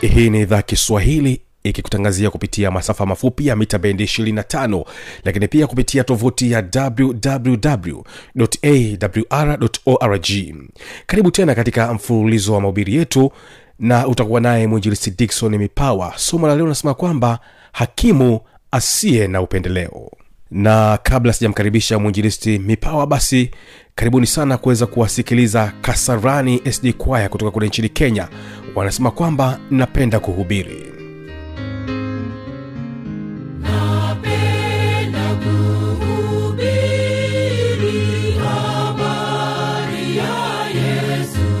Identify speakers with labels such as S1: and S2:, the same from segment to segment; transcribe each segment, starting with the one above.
S1: hii ni idhaa kiswahili ikikutangazia kupitia masafa mafupi ya mita bendi 25 lakini pia kupitia tovuti ya wwwawr.org karibu tena katika mfululizo wa mahubiri yetu na utakuwa naye mwinjilisi dikson mipawa somo la leo linasema kwamba hakimu asiye na upendeleo na kabla sijamkaribisha mwinjilisti mipawa basi karibuni sana kuweza kuwasikiliza kasarani sd kwaya kutoka kule nchini kenya wanasema kwamba napenda kuhubiri
S2: Napenda kuhubiri habari ya Yesu,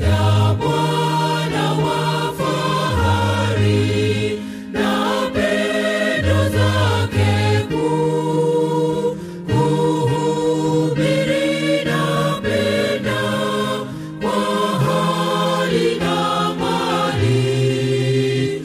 S2: ya Bwana wa fahari na pendo zake kuu. Kuhubiri napenda kwa hali na mali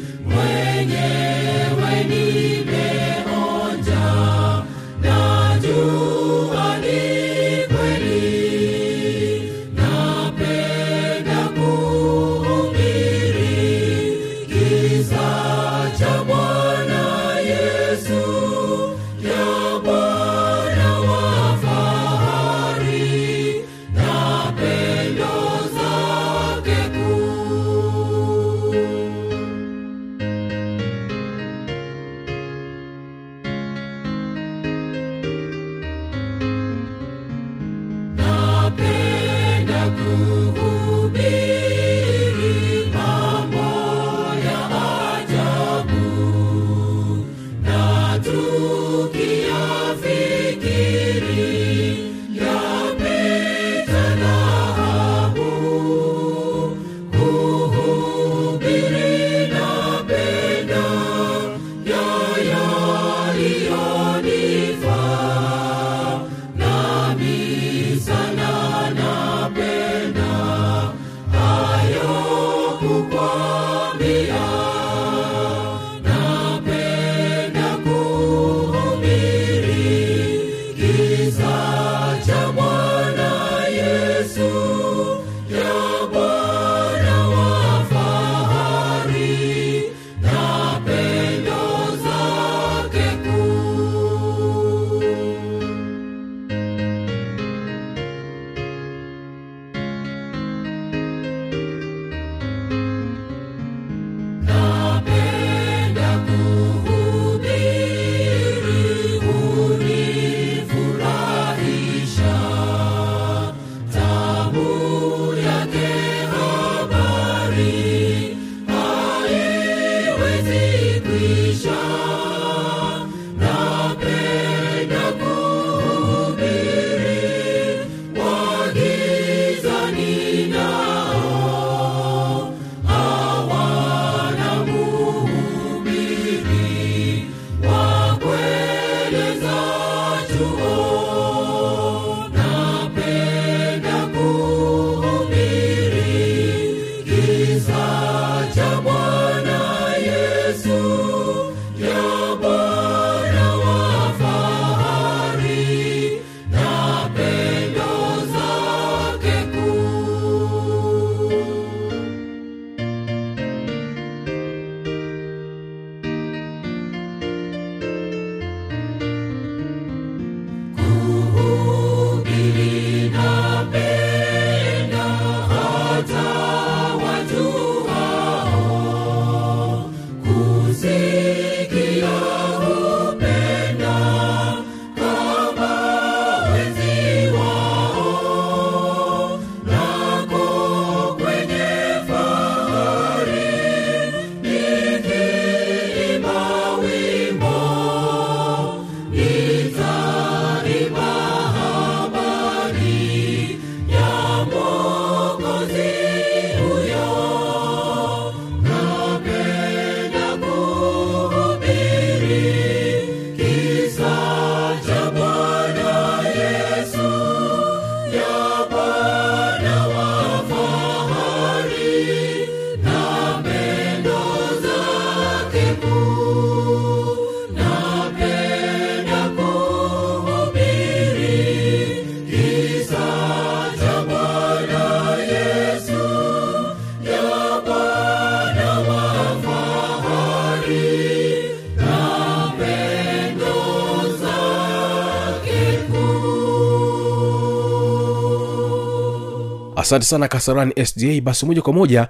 S1: asante sana kasarani sda basi moja kwa moja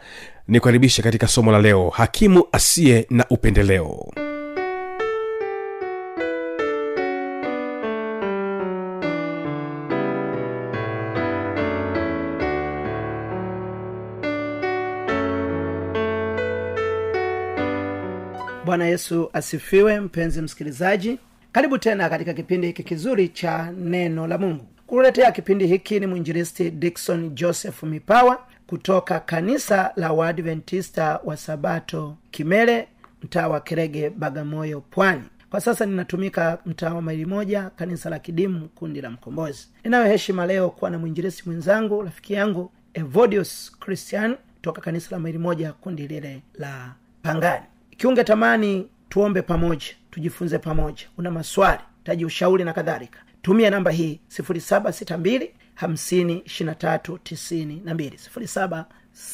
S1: nikukaribishe katika somo la leo hakimu asiye na upendeleo
S3: bwana yesu asifiwe mpenzi msikilizaji karibu tena katika kipindi hiki kizuri cha neno la mungu kuletea kipindi hiki ni mwinjilisti dikson joseph mipawa kutoka kanisa la waadventista wa sabato kimele mtaa wa kerege bagamoyo pwani kwa sasa ninatumika mtaa wa maili moja kanisa la kidimu kundi la mkombozi ninayo heshima leo kuwa na mwinjilisti mwenzangu rafiki yangu evodius christian toka kanisa la maili moja kundi lile la pangani kiunge tamani tuombe pamoja tujifunze pamoja una maswali taji ushauri na kadhalika tumia namba hii 762 52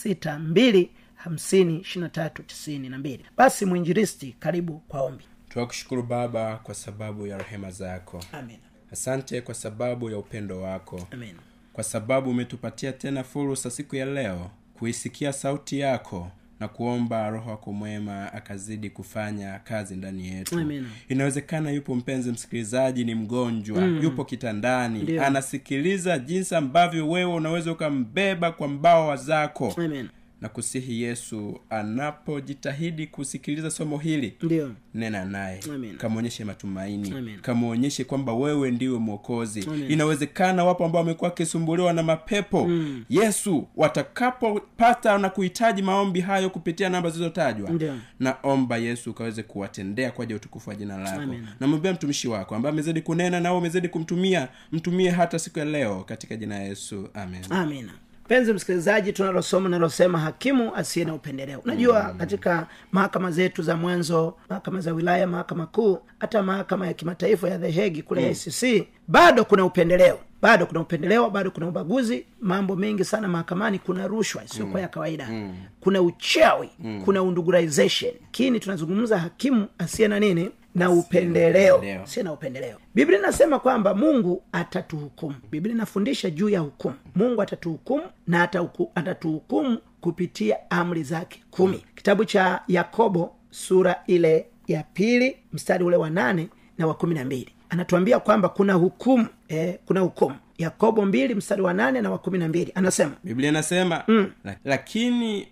S3: 762 52 basi mwinjiristi karibu kwa ombi
S4: tunakushukuru baba kwa sababu ya rehema zako
S3: amen
S4: asante kwa sababu ya upendo wako
S3: amen
S4: kwa sababu umetupatia tena fursa siku ya leo kuisikia sauti yako na kuomba roho wako mwema akazidi kufanya kazi ndani yetu
S3: Amen.
S4: inawezekana yupo mpenzi msikilizaji ni mgonjwa mm. yupo kitandani
S3: Ndio.
S4: anasikiliza jinsi ambavyo wewe unaweza ukambeba kwa mbawa zako
S3: amen
S4: na kusihi yesu anapojitahidi kusikiliza somo hili
S3: ndio
S4: nena naye
S3: Amen.
S4: kamwonyeshe matumaini
S3: Amen.
S4: kamwonyeshe kwamba wewe ndiwe mwokozi
S3: Amen.
S4: inawezekana wapo ambao wamekuwa wakisumbuliwa na mapepo mm. yesu watakapopata na kuhitaji maombi hayo kupitia namba zilizotajwa
S3: Ndio.
S4: naomba yesu ukaweze kuwatendea kwa ajili ya utukufu wa jina lako
S3: Amen.
S4: namwambia mtumishi wako ambaye amezidi kunena nawe umezidi kumtumia mtumie hata siku ya leo katika jina ya yesu amen
S3: amina mpenzi msikilizaji tunalosoma nalosema hakimu asiye na upendeleo unajua mm. katika mahakama zetu za mwanzo mahakama za wilaya mahakama kuu hata mahakama ya kimataifa ya dhehegi kule mm. icc bado kuna upendeleo bado kuna upendeleo bado kuna ubaguzi mambo mengi sana mahakamani kuna rushwa isiyokuwa ya kawaida mm. kuna uchawi mm. kuna undugurization kini tunazungumza hakimu asiye na nini na upendeleo
S4: upendeleo.
S3: sina upendeleo biblia inasema kwamba mungu atatuhukumu biblia inafundisha juu ya hukumu mungu atatuhukumu na atahuku- atatuhukumu kupitia amri zake kumi kitabu cha yakobo sura ile ya pili mstari ule wa nane na wa kumi na mbili anatuambia kwamba kuna hukumu eh, kuna hukumu yakobo mbili mstari wa nane na wa kumi na mbili anasema
S4: biblia inasema mm. lakini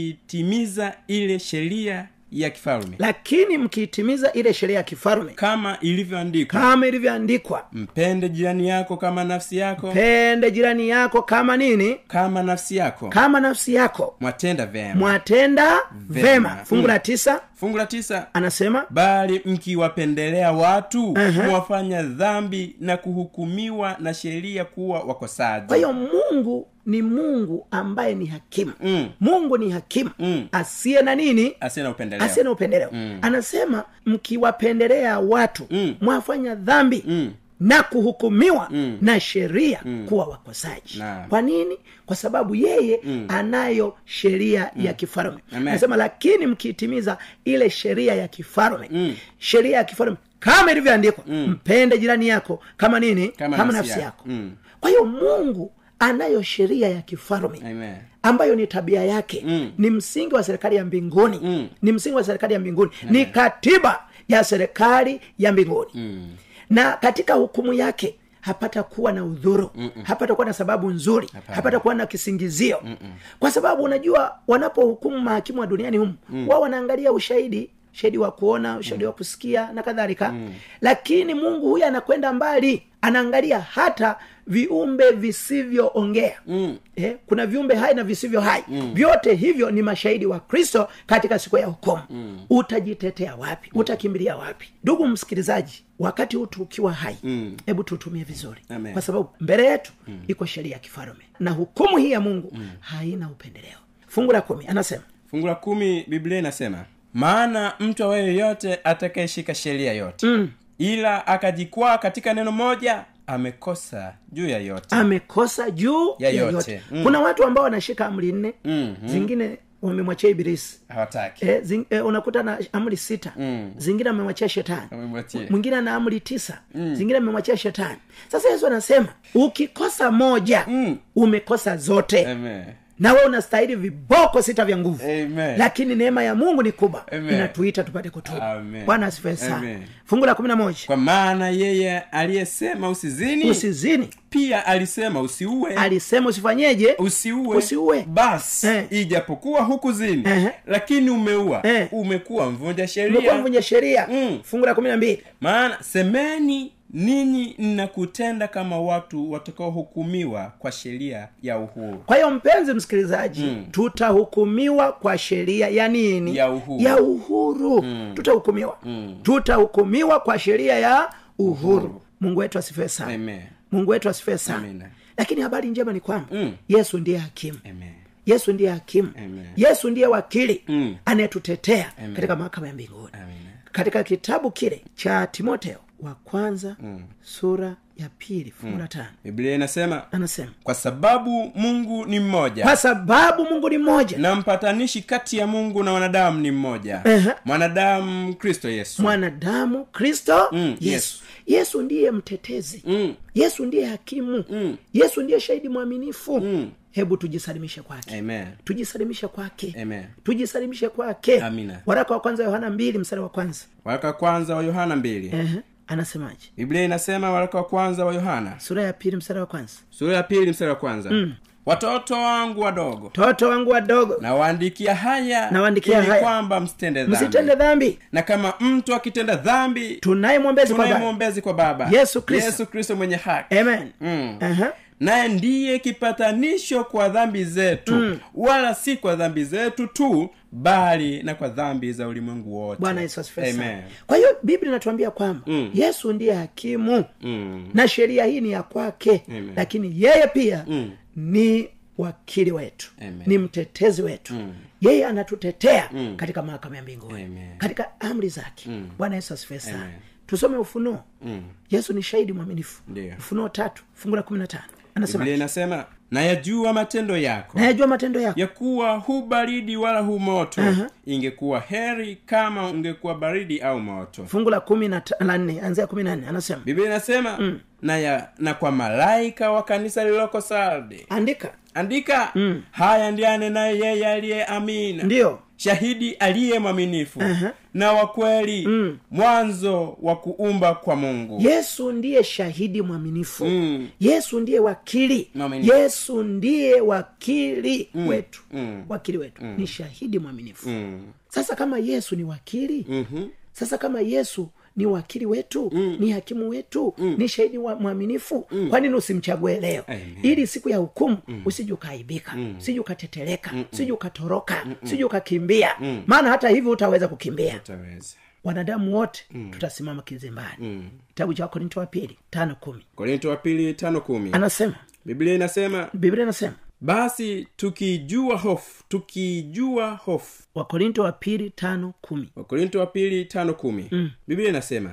S4: mkitimiza ile sheria ya kifalme
S3: lakini mkiitimiza ile sheria ya kifalume
S4: kama ilivyoandikwa
S3: kama ilivyoandikwa
S4: mpende jirani yako kama nafsi yako
S3: pende jirani yako kama nini
S4: kama nafsi yako
S3: kama nafsi yako
S4: mwatenda vyema
S3: mwatenda vema
S4: Vema.
S3: fungu la
S4: Mm.
S3: tisa
S4: fungu la tisa
S3: anasema
S4: bali mkiwapendelea watu mwafanya dhambi na kuhukumiwa na sheria kuwa
S3: kwa
S4: wakosaji
S3: hiyo mungu ni mungu ambaye ni hakimu
S4: Mm.
S3: mungu ni hakimu
S4: Mm.
S3: asiye na nini
S4: asiye na upendeleo
S3: asiye na upendeleo mm. anasema mkiwapendelea watu
S4: Mm.
S3: mwafanya dhambi
S4: Mm.
S3: na kuhukumiwa mm. na sheria mm. kuwa wakosaji
S4: Naam.
S3: kwa nini kwa sababu yeye mm. anayo sheria mm. ya kifarume
S4: Amen.
S3: anasema lakini mkiitimiza ile sheria ya kifarume mm. sheria ya kifarume kama ilivyoandikwa mm. mpende jirani yako kama nini
S4: Kama nafsi yako. Mm.
S3: kwa hiyo mungu anayo sheria ya kifarume
S4: Amen.
S3: ambayo ni tabia yake mm. ni msingi wa serikali ya mbinguni mm. ni msingi wa serikali ya mbinguni mm. ni katiba ya serikali ya mbinguni mm. na katika hukumu yake hapata kuwa na udhuru Mm-mm. hapata kuwa na sababu nzuri Hapana. hapata kuwa na kisingizio Mm-mm. kwa sababu unajua wanapohukumu mahakimu wa duniani humu mm. wao wanaangalia ushahidi ushahidi wa kuona ushahidi mm. wa kusikia na kadhalika mm. lakini mungu huyu anakwenda mbali anaangalia hata viumbe visivyoongea mm. eh, kuna viumbe hai na visivyo hai mm. vyote hivyo ni mashahidi wa kristo katika siku ya hukumu mm. utajitetea wapi mm. utakimbilia wapi ndugu msikilizaji wakati huu tukiwa hai hebu mm. tutumie vizuri
S4: Amen.
S3: kwa sababu mbele yetu mm. iko sheria ya kifalume na hukumu hii ya mungu mm. haina upendeleo fungu la kumi anasema
S4: fungu la kumi biblia inasema maana mtu awaye yoyote atakayeshika sheria yote mm. ila akajikwaa katika neno moja amekosa juu ya yote
S3: amekosa juu
S4: Ya
S3: ya
S4: yote.
S3: yote
S4: Mm.
S3: kuna watu ambao wanashika amri nne mm-hmm. zingine wamemwachia ibilisi
S4: hawataki
S3: e, zing, e, unakuta na amri sita mm. zingine amemwachia shetani
S4: Amemwachia.
S3: mwingine ana amri tisa mm. zingine amemwachia shetani sasa yesu anasema ukikosa moja mm. umekosa zote
S4: Amen.
S3: na we unastahili viboko sita vya nguvu
S4: Amen.
S3: lakini neema ya mungu ni kubwa
S4: Amen.
S3: inatuita tupate kutuba
S4: Amen.
S3: bwana asifiwe sana
S4: Amen.
S3: fungu la kumi na moja
S4: kwa maana yeye aliyesema usizini
S3: usizini
S4: pia alisema usiue
S3: alisema usifanyeje
S4: usiue
S3: Usiue.
S4: basi
S3: Eh.
S4: ijapokuwa hukuzini
S3: Ehe.
S4: lakini umeua
S3: Eh.
S4: umekuwa mvunja
S3: umekuwa
S4: sheria
S3: mvunja sheria
S4: Mm.
S3: fungu la kumi na mbili
S4: maana semeni ninyi na kutenda kama watu watakaohukumiwa kwa sheria ya uhuru
S3: kwa hiyo mpenzi msikilizaji mm. tutahukumiwa kwa sheria ya nini
S4: Ya uhuru.
S3: ya uhuru mm. tutahukumiwa mm. tutahukumiwa kwa sheria ya uhuru, uhuru. mungu wetu asifiwe sana
S4: Amen.
S3: mungu wetu asifiwe sana
S4: Amina.
S3: lakini habari njema ni kwamba
S4: Mm.
S3: yesu ndiye hakimu
S4: Amen.
S3: yesu ndiye hakimu
S4: Amen.
S3: yesu ndiye wakili
S4: Mm.
S3: anayetutetea katika mahakama ya mbinguni
S4: Amina.
S3: katika kitabu kile cha timoteo wa kwanza mm. sura ya pili fungu
S4: Mm.
S3: la tano
S4: biblia inasema
S3: anasema
S4: kwa sababu mungu ni mmoja
S3: kwa sababu mungu ni mmoja
S4: na mpatanishi kati ya mungu na wanadamu ni mmoja
S3: Ehe.
S4: mwanadamu kristo yesu
S3: mwanadamu kristo
S4: Mm,
S3: yesu yesu ndiye mtetezi
S4: Mm.
S3: yesu ndiye hakimu
S4: Mm.
S3: yesu ndiye shahidi mwaminifu
S4: Mm.
S3: hebu tujisalimishe kwake
S4: Amen.
S3: tujisalimishe kwake
S4: Amen.
S3: tujisalimishe kwake
S4: Amina.
S3: waraka wa kwanza wa yohana mbili mstari wa kwanza
S4: waraka wa kwanza wa yohana mbili
S3: Ehe, anasemaje
S4: biblia inasema waraka wa kwanza wa yohana
S3: sura ya pili mstari wa kwanza
S4: sura ya pili mstari wa kwanza
S3: Mm.
S4: watoto wangu wadogo
S3: toto wangu wadogo
S4: nawaandikia haya
S3: Nawaandikia
S4: ili
S3: haya.
S4: kwamba msitende dhambi
S3: msitende dhambi
S4: na kama mtu akitenda dhambi
S3: tunaye mwombezi kwa
S4: tunaye
S3: baba
S4: mwombezi kwa baba
S3: Yesu Kristo.
S4: yesu kristo mwenye haki
S3: amen
S4: Mm.
S3: Aha.
S4: naye ndiye kipatanisho kwa dhambi zetu
S3: Mm.
S4: wala si kwa dhambi zetu tu bali na kwa dhambi za ulimwengu wote
S3: bwana yesu asifiwe sana
S4: Amen.
S3: kwa hiyo biblia inatuambia kwamba mm. yesu ndiye hakimu mm. na sheria hii ni ya kwake lakini yeye pia mm. ni wakili wetu
S4: Amen.
S3: ni mtetezi wetu mm. yeye anatutetea mm. katika mahakama ya mbinguni
S4: Amen.
S3: katika amri zake mm. bwana yesu asifiwe sana
S4: Amen.
S3: tusome ufunuo mm. yesu ni shahidi mwaminifu
S4: Ndiyo.
S3: ufunuo tatu fungu la kumi na tano
S4: biblia
S3: anasema
S4: inasema nayajua matendo yako
S3: nayajua matendo yako
S4: ya kuwa hu baridi wala hu moto
S3: Aha.
S4: ingekuwa heri kama ungekuwa baridi au moto
S3: fungu la kumi na ta- la nne anzia kumi na nne anasema
S4: biblia inasema na, ya, na kwa malaika wa kanisa lililoko sardi
S3: andika
S4: andika haya ndiye anenaye yeye aliye amina
S3: ndiyo
S4: shahidi aliye mwaminifu na wa kweli mwanzo wa kuumba kwa mungu
S3: yesu ndiye shahidi mwaminifu
S4: Mm.
S3: yesu ndiye wakili
S4: Mwaminifu.
S3: yesu ndiye wakili wetu wakili wetu ni shahidi mwaminifu sasa kama yesu ni wakili mm-hmm. sasa kama yesu ni wakili wetu mm. ni hakimu wetu mm. ni shahidi wa mwaminifu mm. kwa nini usimchague leo
S4: Amen.
S3: ili siku ya hukumu mm. usije ukaaibika mm. usije ukateteleka usije ukatoroka usije ukakimbia maana hata hivi utaweza kukimbia
S4: Tutaweza.
S3: wanadamu wote mm. tutasimama kizimbani kitabu cha wakorinto wa pili tano kumi
S4: korinto wa pili tano kumi
S3: anasema
S4: biblia inasema
S3: biblia inasema
S4: basi tukijua hofu tukijua hofu
S3: wakorinto wa pili tano kumi
S4: wakorinto wa pili tano kumi
S3: Mm.
S4: biblia inasema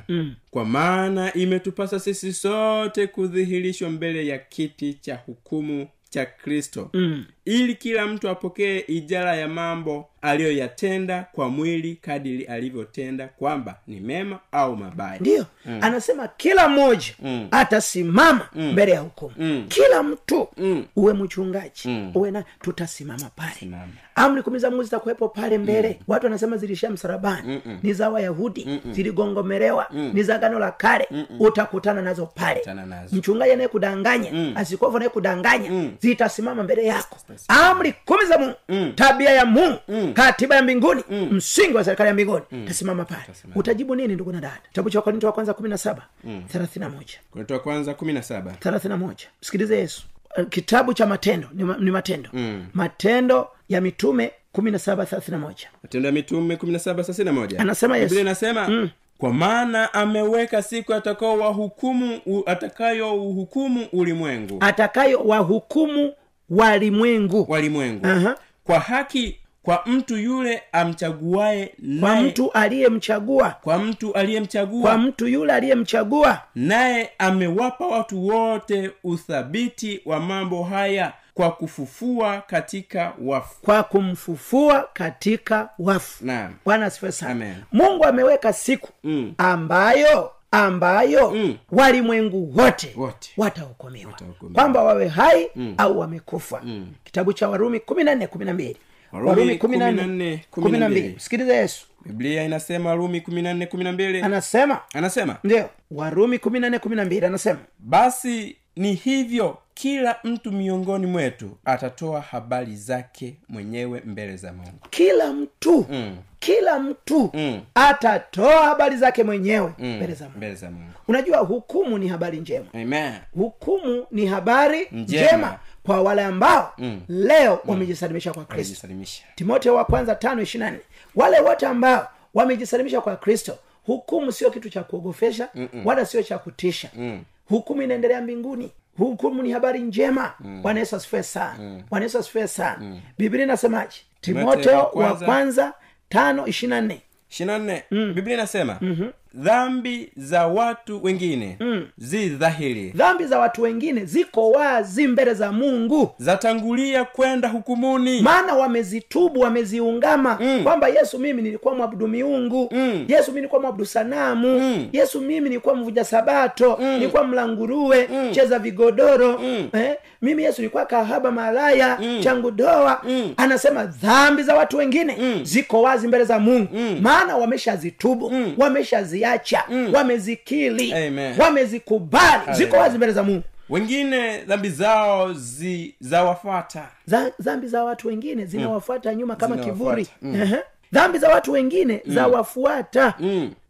S4: kwa maana imetupasa sisi sote kudhihirishwa mbele ya kiti cha hukumu cha kristo
S3: Mm.
S4: ili kila mtu apokee ijara ya mambo aliyoyatenda kwa mwili kadiri alivyotenda kwamba ni mema au mabaya
S3: ndiyo mm. anasema kila mmoja mm. atasimama mm. mbele ya hukumu mm. kila mtu mm. uwe mchungaji mm. uwe na tutasimama pale
S4: Simama.
S3: amri kumi za mungu zitakuwepo pale mbele mm. watu wanasema zilishia msalabani ni za wayahudi ziligongomelewa ni za gano la kale utakutana nazo pale
S4: Utakutana nazo. Mm.
S3: mchungaji anayekudanganya mm. asikofu anayekudanganya zitasimama mbele yako amri kumi za mungu tabia ya mungu
S4: Mm.
S3: katiba ya mbinguni msingi wa serikali ya mbinguni tasimama pale utajibu nini ndugu na dada kitabu cha wakorinto wa kwanza kumi na saba
S4: Mm.
S3: thelathini na moja
S4: korinto wa kwanza kumi na saba
S3: thelathini na moja msikilize yesu Eh, kitabu cha matendo ni, ma- ni matendo
S4: Mm.
S3: matendo ya mitume kumi na saba thelathini na moja
S4: matendo ya mitume 17:31.
S3: Anasema Yesu. Mm.
S4: Biblia inasema kwa maana ameweka siku atakayowahukumu u- atakayouhukumu ulimwengu
S3: Ah. atakayo wahukumu walimwengu
S4: walimwengu
S3: Aha.
S4: kwa haki kwa mtu yule amchaguaye
S3: kwa
S4: naye
S3: mtu aliyemchagua
S4: kwa mtu
S3: kwa
S4: aliyemchagua
S3: mtu yule aliyemchagua
S4: naye amewapa watu wote uthabiti wa mambo haya kwa kufufua katika wafu
S3: kwa kumfufua katika wafu
S4: Naam.
S3: bwana asifiwe sana
S4: Amen.
S3: mungu ameweka siku mm. ambayo ambayo mm. walimwengu wote
S4: Wote.
S3: watahukumiwa
S4: Watahukumiwa.
S3: kwamba wawe hai mm. au wamekufa mm. kitabu cha warumi kumi na nne kumi na mbili
S4: Warumi 14, 12.
S3: msikilize yesu
S4: biblia inasema rumi
S3: Mm.
S4: 14:12
S3: anasema
S4: anasema
S3: ndio warumi kumi na nne kumi na mbili anasema
S4: basi ni hivyo kila mtu miongoni mwetu atatoa habari zake mwenyewe mbele za mungu
S3: kila mtu mm. kila mtu mm. atatoa habari zake mwenyewe mbele za mungu
S4: mbele za mungu
S3: unajua hukumu ni habari njema
S4: amen
S3: hukumu ni habari njema,
S4: Njema.
S3: kwa wale ambao mm. leo wamejisalimisha kwa kristo
S4: amejisalimisha
S3: timoteo wa kwanza tano ishirina nne wale wote ambao wamejisalimisha kwa kristo hukumu sio kitu cha kuogofesha wala sio cha kutisha Mm. hukumu inaendelea mbinguni hukumu ni habari njema bwana yesu asifue sana bwana yesu asifue sana biblia inasemaje timoteo Mm. wa
S4: kwanza-
S3: kwanza tano ishirina nne
S4: ishirina nne
S3: Mm.
S4: biblia inasema
S3: Mhm.
S4: dhambi za watu wengine
S3: Mm.
S4: zi dhahiri
S3: dhambi za watu wengine ziko wazi mbele za mungu
S4: zatangulia kwenda hukumuni
S3: maana wamezitubu wameziungama mm. kwamba yesu mimi nilikuwa mwabudu miungu mm. yesu mimi nilikuwa mwabudu sanamu mm. yesu mimi nilikuwa mvuja sabato mm. nilikuwa mlanguruwe mm. cheza vigodoro mm. eh? mimi yesu nilikuwa kahaba malaya mm. changu doa mm. anasema dhambi za watu wengine mm. ziko wazi mbele za mungu mm. maana wameshazitubu mm. wameshaziacha mm. wamezikili
S4: Amen.
S3: wamezikubali ziko
S4: Hallelujah.
S3: wazi mbele za mungu
S4: wengine dhambi zao zi zawafata
S3: Za- dhambi za watu wengine zinawafuata nyuma kama
S4: Zinawafuata.
S3: kivuli Ehe. dhambi za watu wengine zawafuata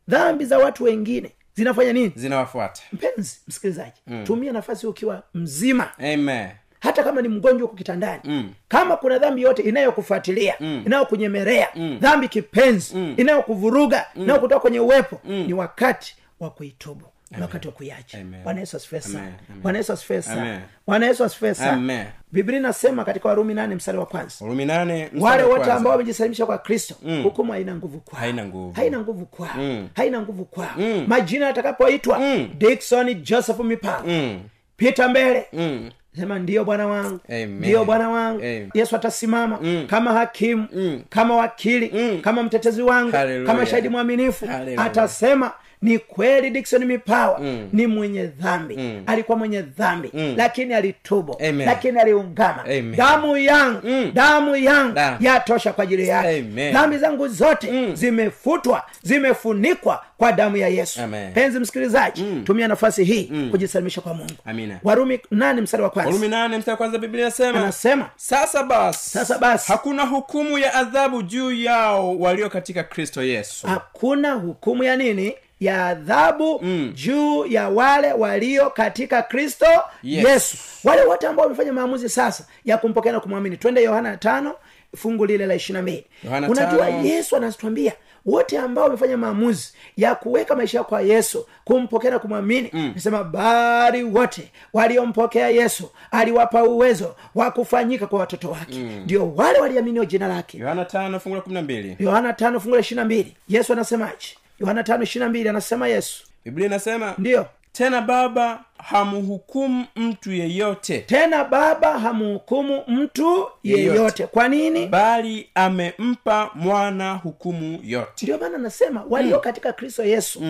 S3: dhambi za watu wengine zinafanya nini
S4: zinawafuata
S3: mpenzi msikilizaji tumia nafasi ukiwa mzima
S4: amen
S3: hata kama ni mgonjwa huko kitandani
S4: Mm.
S3: kama kuna dhambi yote inayokufuatilia inayokunyemelea
S4: Mm.
S3: dhambi kipenzi inayokuvuruga inayokutoa kwenye uwepo ni wakati wa kuitubu ni wakati wa kuiacha
S4: Mm. Amen.
S3: bwana yesu asifue sana
S4: Amen. Amen.
S3: bwana yesu asifue
S4: Amen.
S3: sana bwana yesu asifue
S4: Amen.
S3: sana biblia inasema katika warumi nane mstari wa kwanza
S4: warumi nane mstari
S3: wale
S4: wa
S3: wote
S4: kwanza.
S3: ambao wamejisalimisha kwa kristo mm. hukumu haina nguvu kwao
S4: Haina nguvu.
S3: haina nguvu kwao mm. haina nguvu kwao mm. majina yatakapoitwa mm. dikson joseph mipao mm. pita mbele mm sema ndiyo bwana wangu
S4: Amen.
S3: ndiyo bwana wangu
S4: Amen.
S3: yesu atasimama mm. kama hakimu mm. kama wakili mm. kama mtetezi wangu
S4: Hallelujah.
S3: kama shahidi mwaminifu
S4: Hallelujah.
S3: atasema ni kweli dikson mipawa mm. ni mwenye dhambi mm. alikuwa mwenye dhambi mm. lakini alitubu
S4: Amen.
S3: lakini aliungama
S4: Amen.
S3: damu yangu mm. damu yangu
S4: Da.
S3: yatosha kwa ajili yake
S4: Amen.
S3: dhambi zangu zote mm. zimefutwa zimefunikwa kwa damu ya yesu
S4: Amen.
S3: penzi msikilizaji mm. tumia nafasi hii mm. kujisalimisha kwa mungu
S4: Amina.
S3: warumi nane mstari wa
S4: warumi
S3: kwanza
S4: nane mstari wa kwanza biblia inasema
S3: anasema
S4: sasa basi
S3: Sasa basi.
S4: hakuna hukumu ya adhabu juu yao walio katika kristo yesu
S3: hakuna hukumu ya nini ya adhabu mm. juu ya wale walio katika kristo
S4: Yes.
S3: yesu wale wote ambao wamefanya maamuzi sasa ya kumpokea na kumwamini twende yohana tano fungu lile la ishirina mbili
S4: Yohana
S3: unajua
S4: tano.
S3: yesu anatuambia wote ambao wamefanya maamuzi ya kuweka maisha yao kwa yesu kumpokea na kumwamini
S4: Mm.
S3: nasema bari wote waliompokea yesu aliwapa uwezo wa kufanyika kwa watoto wake
S4: Mm.
S3: ndio wale waliaminio jina lake
S4: yohana tano fungu la kumi na mbili
S3: yohana tano fungu la ishirina mbili yesu anasemaje yohana tano ishirina mbili anasema yesu
S4: biblia inasema
S3: ndiyo
S4: tena baba hamhukumu mtu yeyote
S3: tena baba hamhukumu mtu yeyote
S4: Yeyote.
S3: kwa nini
S4: bali amempa mwana hukumu yote
S3: ndio maana anasema walio
S4: Mm.
S3: katika kristo yesu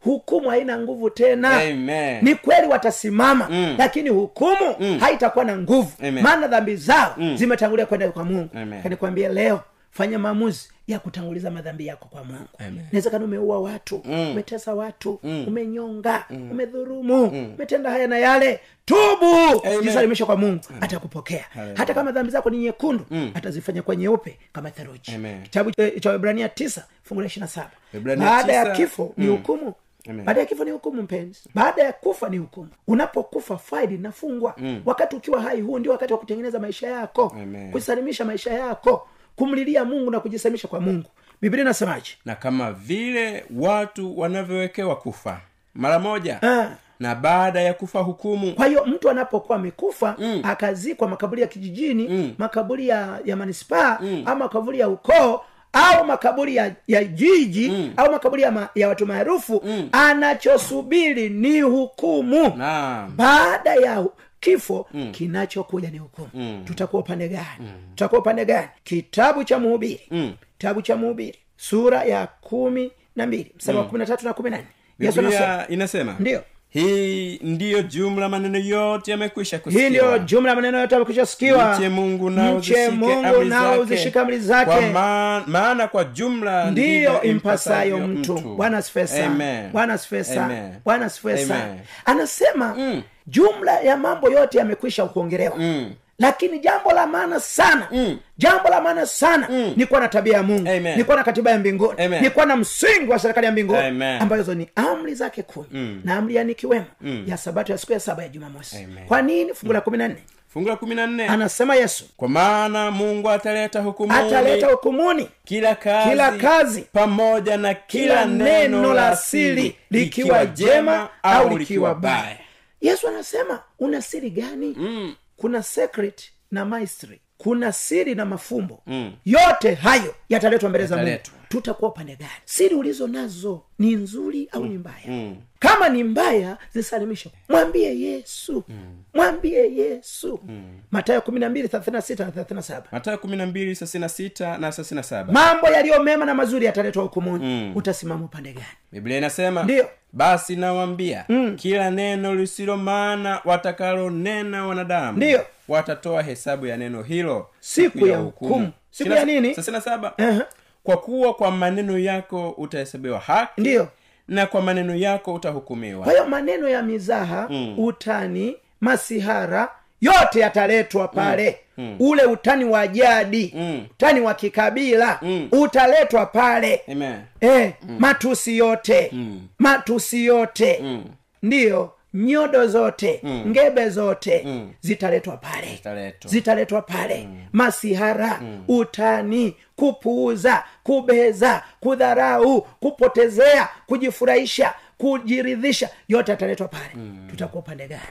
S3: hukumu haina nguvu tena
S4: Amen. Mm.
S3: ni kweli watasimama lakini hukumu haitakuwa na nguvu
S4: Amen. Mm.
S3: maana dhambi zao zimetangulia kwenda kwa mungu
S4: Amen.
S3: kanikwambia leo fanya maamuzi ya kutanguliza madhambi yako kwa mungu
S4: Amen. Mm.
S3: inawezekana umeua watu umetesa watu umenyonga umedhurumu umetenda haya na yale tubu
S4: Mm. Amen. Mm.
S3: jisalimisha kwa mungu atakupokea hata kama dhambi zako ni nyekundu atazifanya kwa nyeupe kama theluji
S4: Amen.
S3: kitabu eh, cha Waebrania tisa fungu la ishiri na saba
S4: Waebrania
S3: baada ya
S4: tisa,
S3: kifo ni hukumu
S4: Mm. Amen.
S3: baada ya kifo ni hukumu mpenzi baada ya kufa ni hukumu unapokufa faili inafungwa wakati ukiwa hai huu ndio wakati wa kutengeneza maisha yako
S4: Mm. Amen.
S3: kusalimisha maisha yako kumlilia mungu na kujisalimisha kwa mungu biblia inasemaje
S4: na kama vile watu wanavyowekewa kufa mara moja
S3: Ah.
S4: na baada ya kufa hukumu
S3: kwa hiyo mtu anapokuwa amekufa
S4: Mm.
S3: akazikwa makaburi ya kijijini makaburi ya, ya manispaa
S4: Mm.
S3: au makaburi ya ukoo au makaburi ya, ya jiji
S4: Mm.
S3: au makaburi ya, ma, ya watu maarufu anachosubiri ni hukumu
S4: naam
S3: baada ya kifo mm. kinachokuja ni hukumu mm. tutakuwa upande gani mm. tutakuwa upande gani kitabu cha mhubiri mm. kitabu cha mhubiri sura ya kumi na mbili mstari wa kumi na tatu na kumi na nne yesu anasema
S4: Mm. biblia inasema
S3: Ndiyo.
S4: hii ndiyo jumla maneno yote yamekwisha
S3: hii ndiyo
S4: kusikiwa
S3: jumla ya maneno yote amekwisha sikiwa
S4: Mche Mungu nao
S3: Mche
S4: uzishike
S3: Mungu
S4: amri
S3: nao
S4: zake.
S3: uzishike amri
S4: Kwa
S3: zake
S4: ma- maana kwa jumla
S3: ndiyo
S4: ndivyo
S3: impasayo
S4: impasavyo
S3: mtu bwana asifiwe sana
S4: Amen.
S3: bwana asifiwe sana
S4: Amen.
S3: bwana asifiwe sana
S4: Amen.
S3: anasema mm. jumla ya mambo yote yamekwisha kuongelewa mm lakini jambo la maana sana mm. jambo la maana sana mm. ni kuwa na tabia ya mungu
S4: Amen.
S3: ni kuwa na katiba ya mbinguni
S4: Amen.
S3: ni kuwa na msingi wa serikali ya mbinguni
S4: Amen.
S3: ambazo ni amri zake kumi mm. na amri yani ikiwemo mm. ya sabato ya siku ya saba ya jumamosi
S4: Amen.
S3: kwa nini fungu la kumi na nne
S4: fungu la kumi na nne
S3: anasema yesu
S4: kwa maana mungu ataleta hukumuni
S3: ataleta hukumuni
S4: kila kazi,
S3: kila kazi
S4: pamoja na
S3: kila neno la siri likiwa jema au likiwa baya yesu anasema una siri gani mm. kuna secret na maistri kuna siri na mafumbo mm. yote hayo yataletwa mbele za mungu
S4: Yataletwa.
S3: tutakuwa upande gani siri ulizo nazo ni nzuri au ni mbaya mm. kama ni mbaya zisalimishe mwambie yesu mm. mwambie yesu mm. matayo 12 36 na 37
S4: matayo 12 36 na 37
S3: mambo yaliyo mema na mazuri yataletwa hukumuni mm. utasimama upande gani
S4: biblia inasema
S3: Ndiyo.
S4: basi nawambia mm. kila neno lisilo maana watakalonena wanadamu
S3: Ndiyo.
S4: watatoa hesabu ya neno hilo
S3: Siku ya hukumu. Siku ya nini?
S4: sasina saba
S3: Uh-huh.
S4: kwa kuwa kwa maneno yako utahesabiwa haki
S3: ndiyo
S4: na kwa maneno yako utahukumiwa
S3: kwa hiyo maneno ya mizaha mm. utani masihara yote yataletwa pale mm. ule utani wa jadi mm. utani wa kikabila mm. utaletwa pale
S4: Amen.
S3: e, mm. matusi yote mm. matusi yote mm. ndiyo nyodo zote mm. ngebe zote mm. zitaletwa pale
S4: Zitaletwa.
S3: zitaletwa pale mm. masihara mm. utani kupuuza kubeza kudharau kupotezea kujifurahisha kujiridhisha yote yataletwa pale mm. tutakuwa upande gani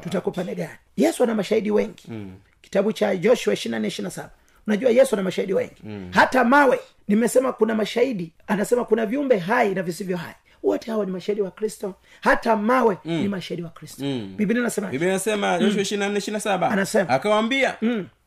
S3: tutakuwa upande gani yesu ana mashahidi wengi mm. kitabu cha joshua 24:27 unajua yesu ana mashahidi wengi mm. hata mawe nimesema kuna mashahidi anasema kuna viumbe hai na visivyo hai wote hawa ni mashahidi wa kristo hata mawe mm. ni mashahidi wa kristo mm. biblia inasema
S4: biblia inasema joshua ishiri na nne ishiri na saba
S3: Mm. Anasema. Mm.
S4: akawambia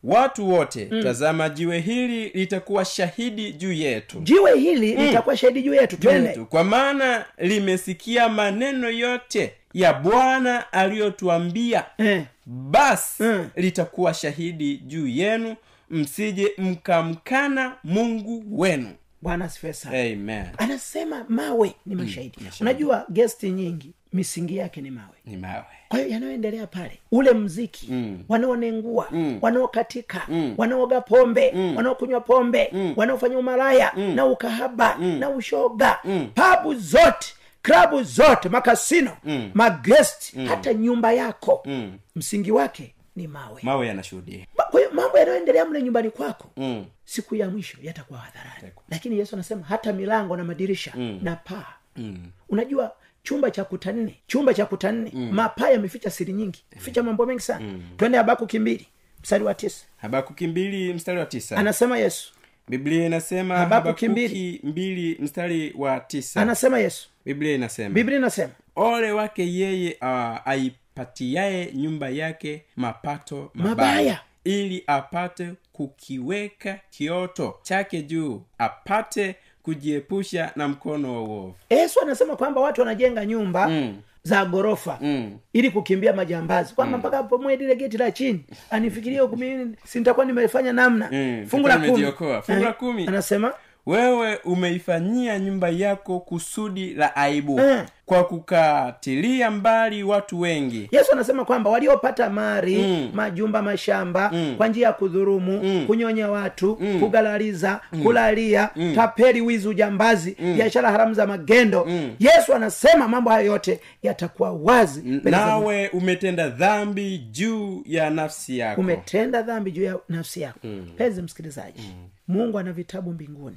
S4: watu wote tazama jiwe hili litakuwa shahidi juu yetu
S3: jiwe hili litakuwa shahidi juu yetu twende
S4: yetu kwa maana limesikia maneno yote ya bwana aliyotuambia
S3: Eh.
S4: basi
S3: Mm.
S4: litakuwa shahidi juu yenu msije mkamkana mungu wenu
S3: bwana asifiwe sana
S4: amen
S3: anasema mawe ni Eh. Mm, mashahidi unajua gesti nyingi misingi yake ni mawe
S4: ni mawe
S3: kwa hiyo yanayoendelea pale ule mziki mm. wanaonengua mm. wanaokatika mm. wanaoga pombe mm. wanaokunywa pombe mm. wanaofanya umaraya mm. na ukahaba mm. na ushoga mm. pabu zote klabu zote makasino mm. magesti mm. hata nyumba yako mm. msingi wake ni mawe
S4: mawe yanashuhudia
S3: Ma- kwa hiyo mambo yanayoendelea mle nyumbani kwako
S4: mm.
S3: siku ya mwisho yatakuwa hadharani lakini yesu anasema hata milango na madirisha mm. na paa mm. unajua chumba cha kuta nne chumba cha kuta nne mm. mapaa yameficha siri nyingi ficha mambo mengi sana mm. twende habakuki mbili mstari wa tisa
S4: habakuki mbili mstari wa tisa
S3: anasema yesu
S4: biblia inasema
S3: Habakuki
S4: habakuki
S3: mbili.
S4: mbili mstari wa tisa
S3: anasema yesu
S4: biblia inasema
S3: biblia inasema
S4: ole wake yeye uh, aipatiaye nyumba yake mapato mabaya,
S3: Mabaya.
S4: ili apate kukiweka kioto chake juu apate kujiepusha na mkono wa uovu
S3: yesu anasema kwamba watu wanajenga nyumba mm. za ghorofa mm. ili kukimbia majambazi kwamba mpaka mm. pomwe lile geti la chini anifikirie huku mimi sintakuwa nimefanya namna
S4: Mm,
S3: fungu la
S4: nitakuwa
S3: kumi
S4: nimejiokoa. Fungu la
S3: Eh,
S4: kumi.
S3: anasema
S4: wewe umeifanyia nyumba yako kusudi la aibu
S3: Mm.
S4: kwa kukatilia mbali watu wengi
S3: yesu anasema kwamba waliopata mali mm. majumba mashamba mm. kwa njia ya kudhurumu mm. kunyonya watu mm. kugalaliza mm. kulalia mm. tapeli wizi ujambazi biashara haramu za magendo mm. yesu anasema mambo hayo yote yatakuwa wazi mbele za Mungu.
S4: nawe umetenda dhambi juu ya nafsi yako
S3: umetenda dhambi juu ya nafsi yako mpenzi msikilizaji mungu ana vitabu mbinguni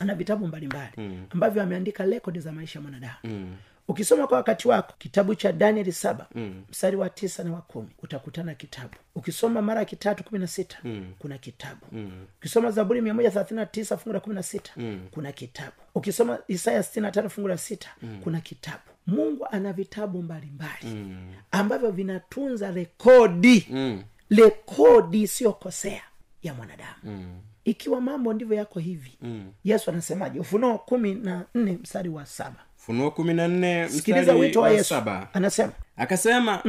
S3: ana vitabu mbalimbali ambavyo ameandika rekodi za maisha ya mwanadamu ukisoma kwa wakati wako kitabu cha danieli saba mstari wa tisa na wa kumi utakutana kitabu ukisoma mara ya kitatu kumi na sita kuna kitabu ukisoma zaburi mia moja thelathini na Mm. Mm. tisa fungu la kumi na sita kuna kitabu ukisoma isaya sitini na tano fungu la sita kuna kitabu mungu ana vitabu mbalimbali mm. ambavyo vinatunza rekodi mm. rekodi isiyokosea ya mwanadamu mm. ikiwa mambo ndivyo yako hivi mm. yesu anasemaje ufunuo kumi na nne mstari wa saba
S4: funuo kumi na nne
S3: sikiliza
S4: mstari
S3: wito wa
S4: wa
S3: yesu Mm.
S4: saba
S3: anasema
S4: akasema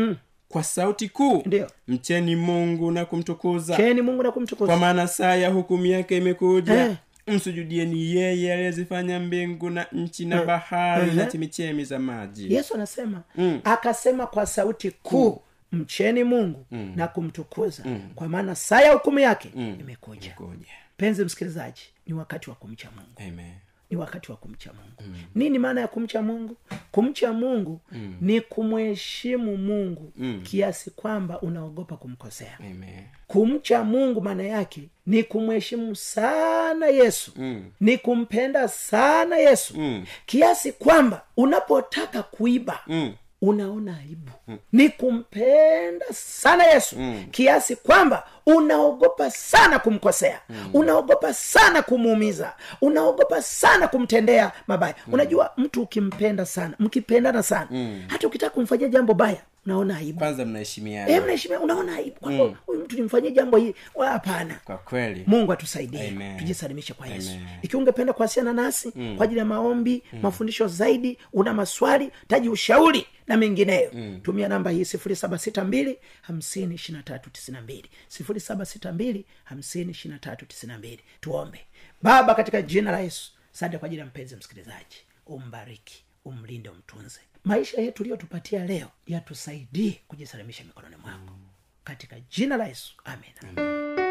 S4: kwa sauti kuu
S3: Ndiyo.
S4: mcheni mungu na kumtukuza
S3: cheni mungu na
S4: kwa
S3: kumtukuza
S4: maana saa ya hukumu yake imekuja
S3: Eh.
S4: msujudieni yeye aliyezifanya mbingu na nchi
S3: Eh.
S4: na bahari na chemichemi za maji
S3: yesu anasema mm. akasema kwa sauti kuu mm. mcheni mungu mm. na kumtukuza mm. kwa maana saa ya hukumu yake mm. imekuja
S4: Ngoja.
S3: penzi msikilizaji ni wakati wa kumcha mungu
S4: Amen.
S3: ni wakati wa kumcha mungu mm. nini maana ya kumcha mungu kumcha mungu mm. ni kumheshimu mungu mm. kiasi kwamba unaogopa kumkosea
S4: Amen.
S3: kumcha mungu maana yake ni kumheshimu sana yesu mm. ni kumpenda sana yesu mm. kiasi kwamba unapotaka kuiba mm unaona aibu mm. ni kumpenda sana yesu mm. kiasi kwamba unaogopa sana kumkosea mm. unaogopa sana kumuumiza unaogopa sana kumtendea mabaya mm. unajua mtu ukimpenda sana mkipendana sana mm. hata ukitaka kumfanyia jambo baya unaona aibu
S4: kwanza
S3: Eh,
S4: mnaheshimiana
S3: mnaheshimia unaona aibu kwamba huyu mtu nimfanyie jambo hii Wa, hapana
S4: kwa kweli
S3: mungu atusaidie
S4: Amen.
S3: tujisalimishe kwa yesu
S4: Amen.
S3: ikiwa ungependa kuwasiliana nasi mm. kwa ajili ya maombi mm. mafundisho zaidi una maswali taji ushauri na mengineyo mm. tumia namba hii 762 52 762 52 tuombe baba katika jina la yesu sante kwa ajili ya mpenzi msikilizaji umbariki umlinde umtunze maisha yetu uliyotupatia leo yatusaidie kujisalimisha mikononi mwako katika jina la yesu amina Amen.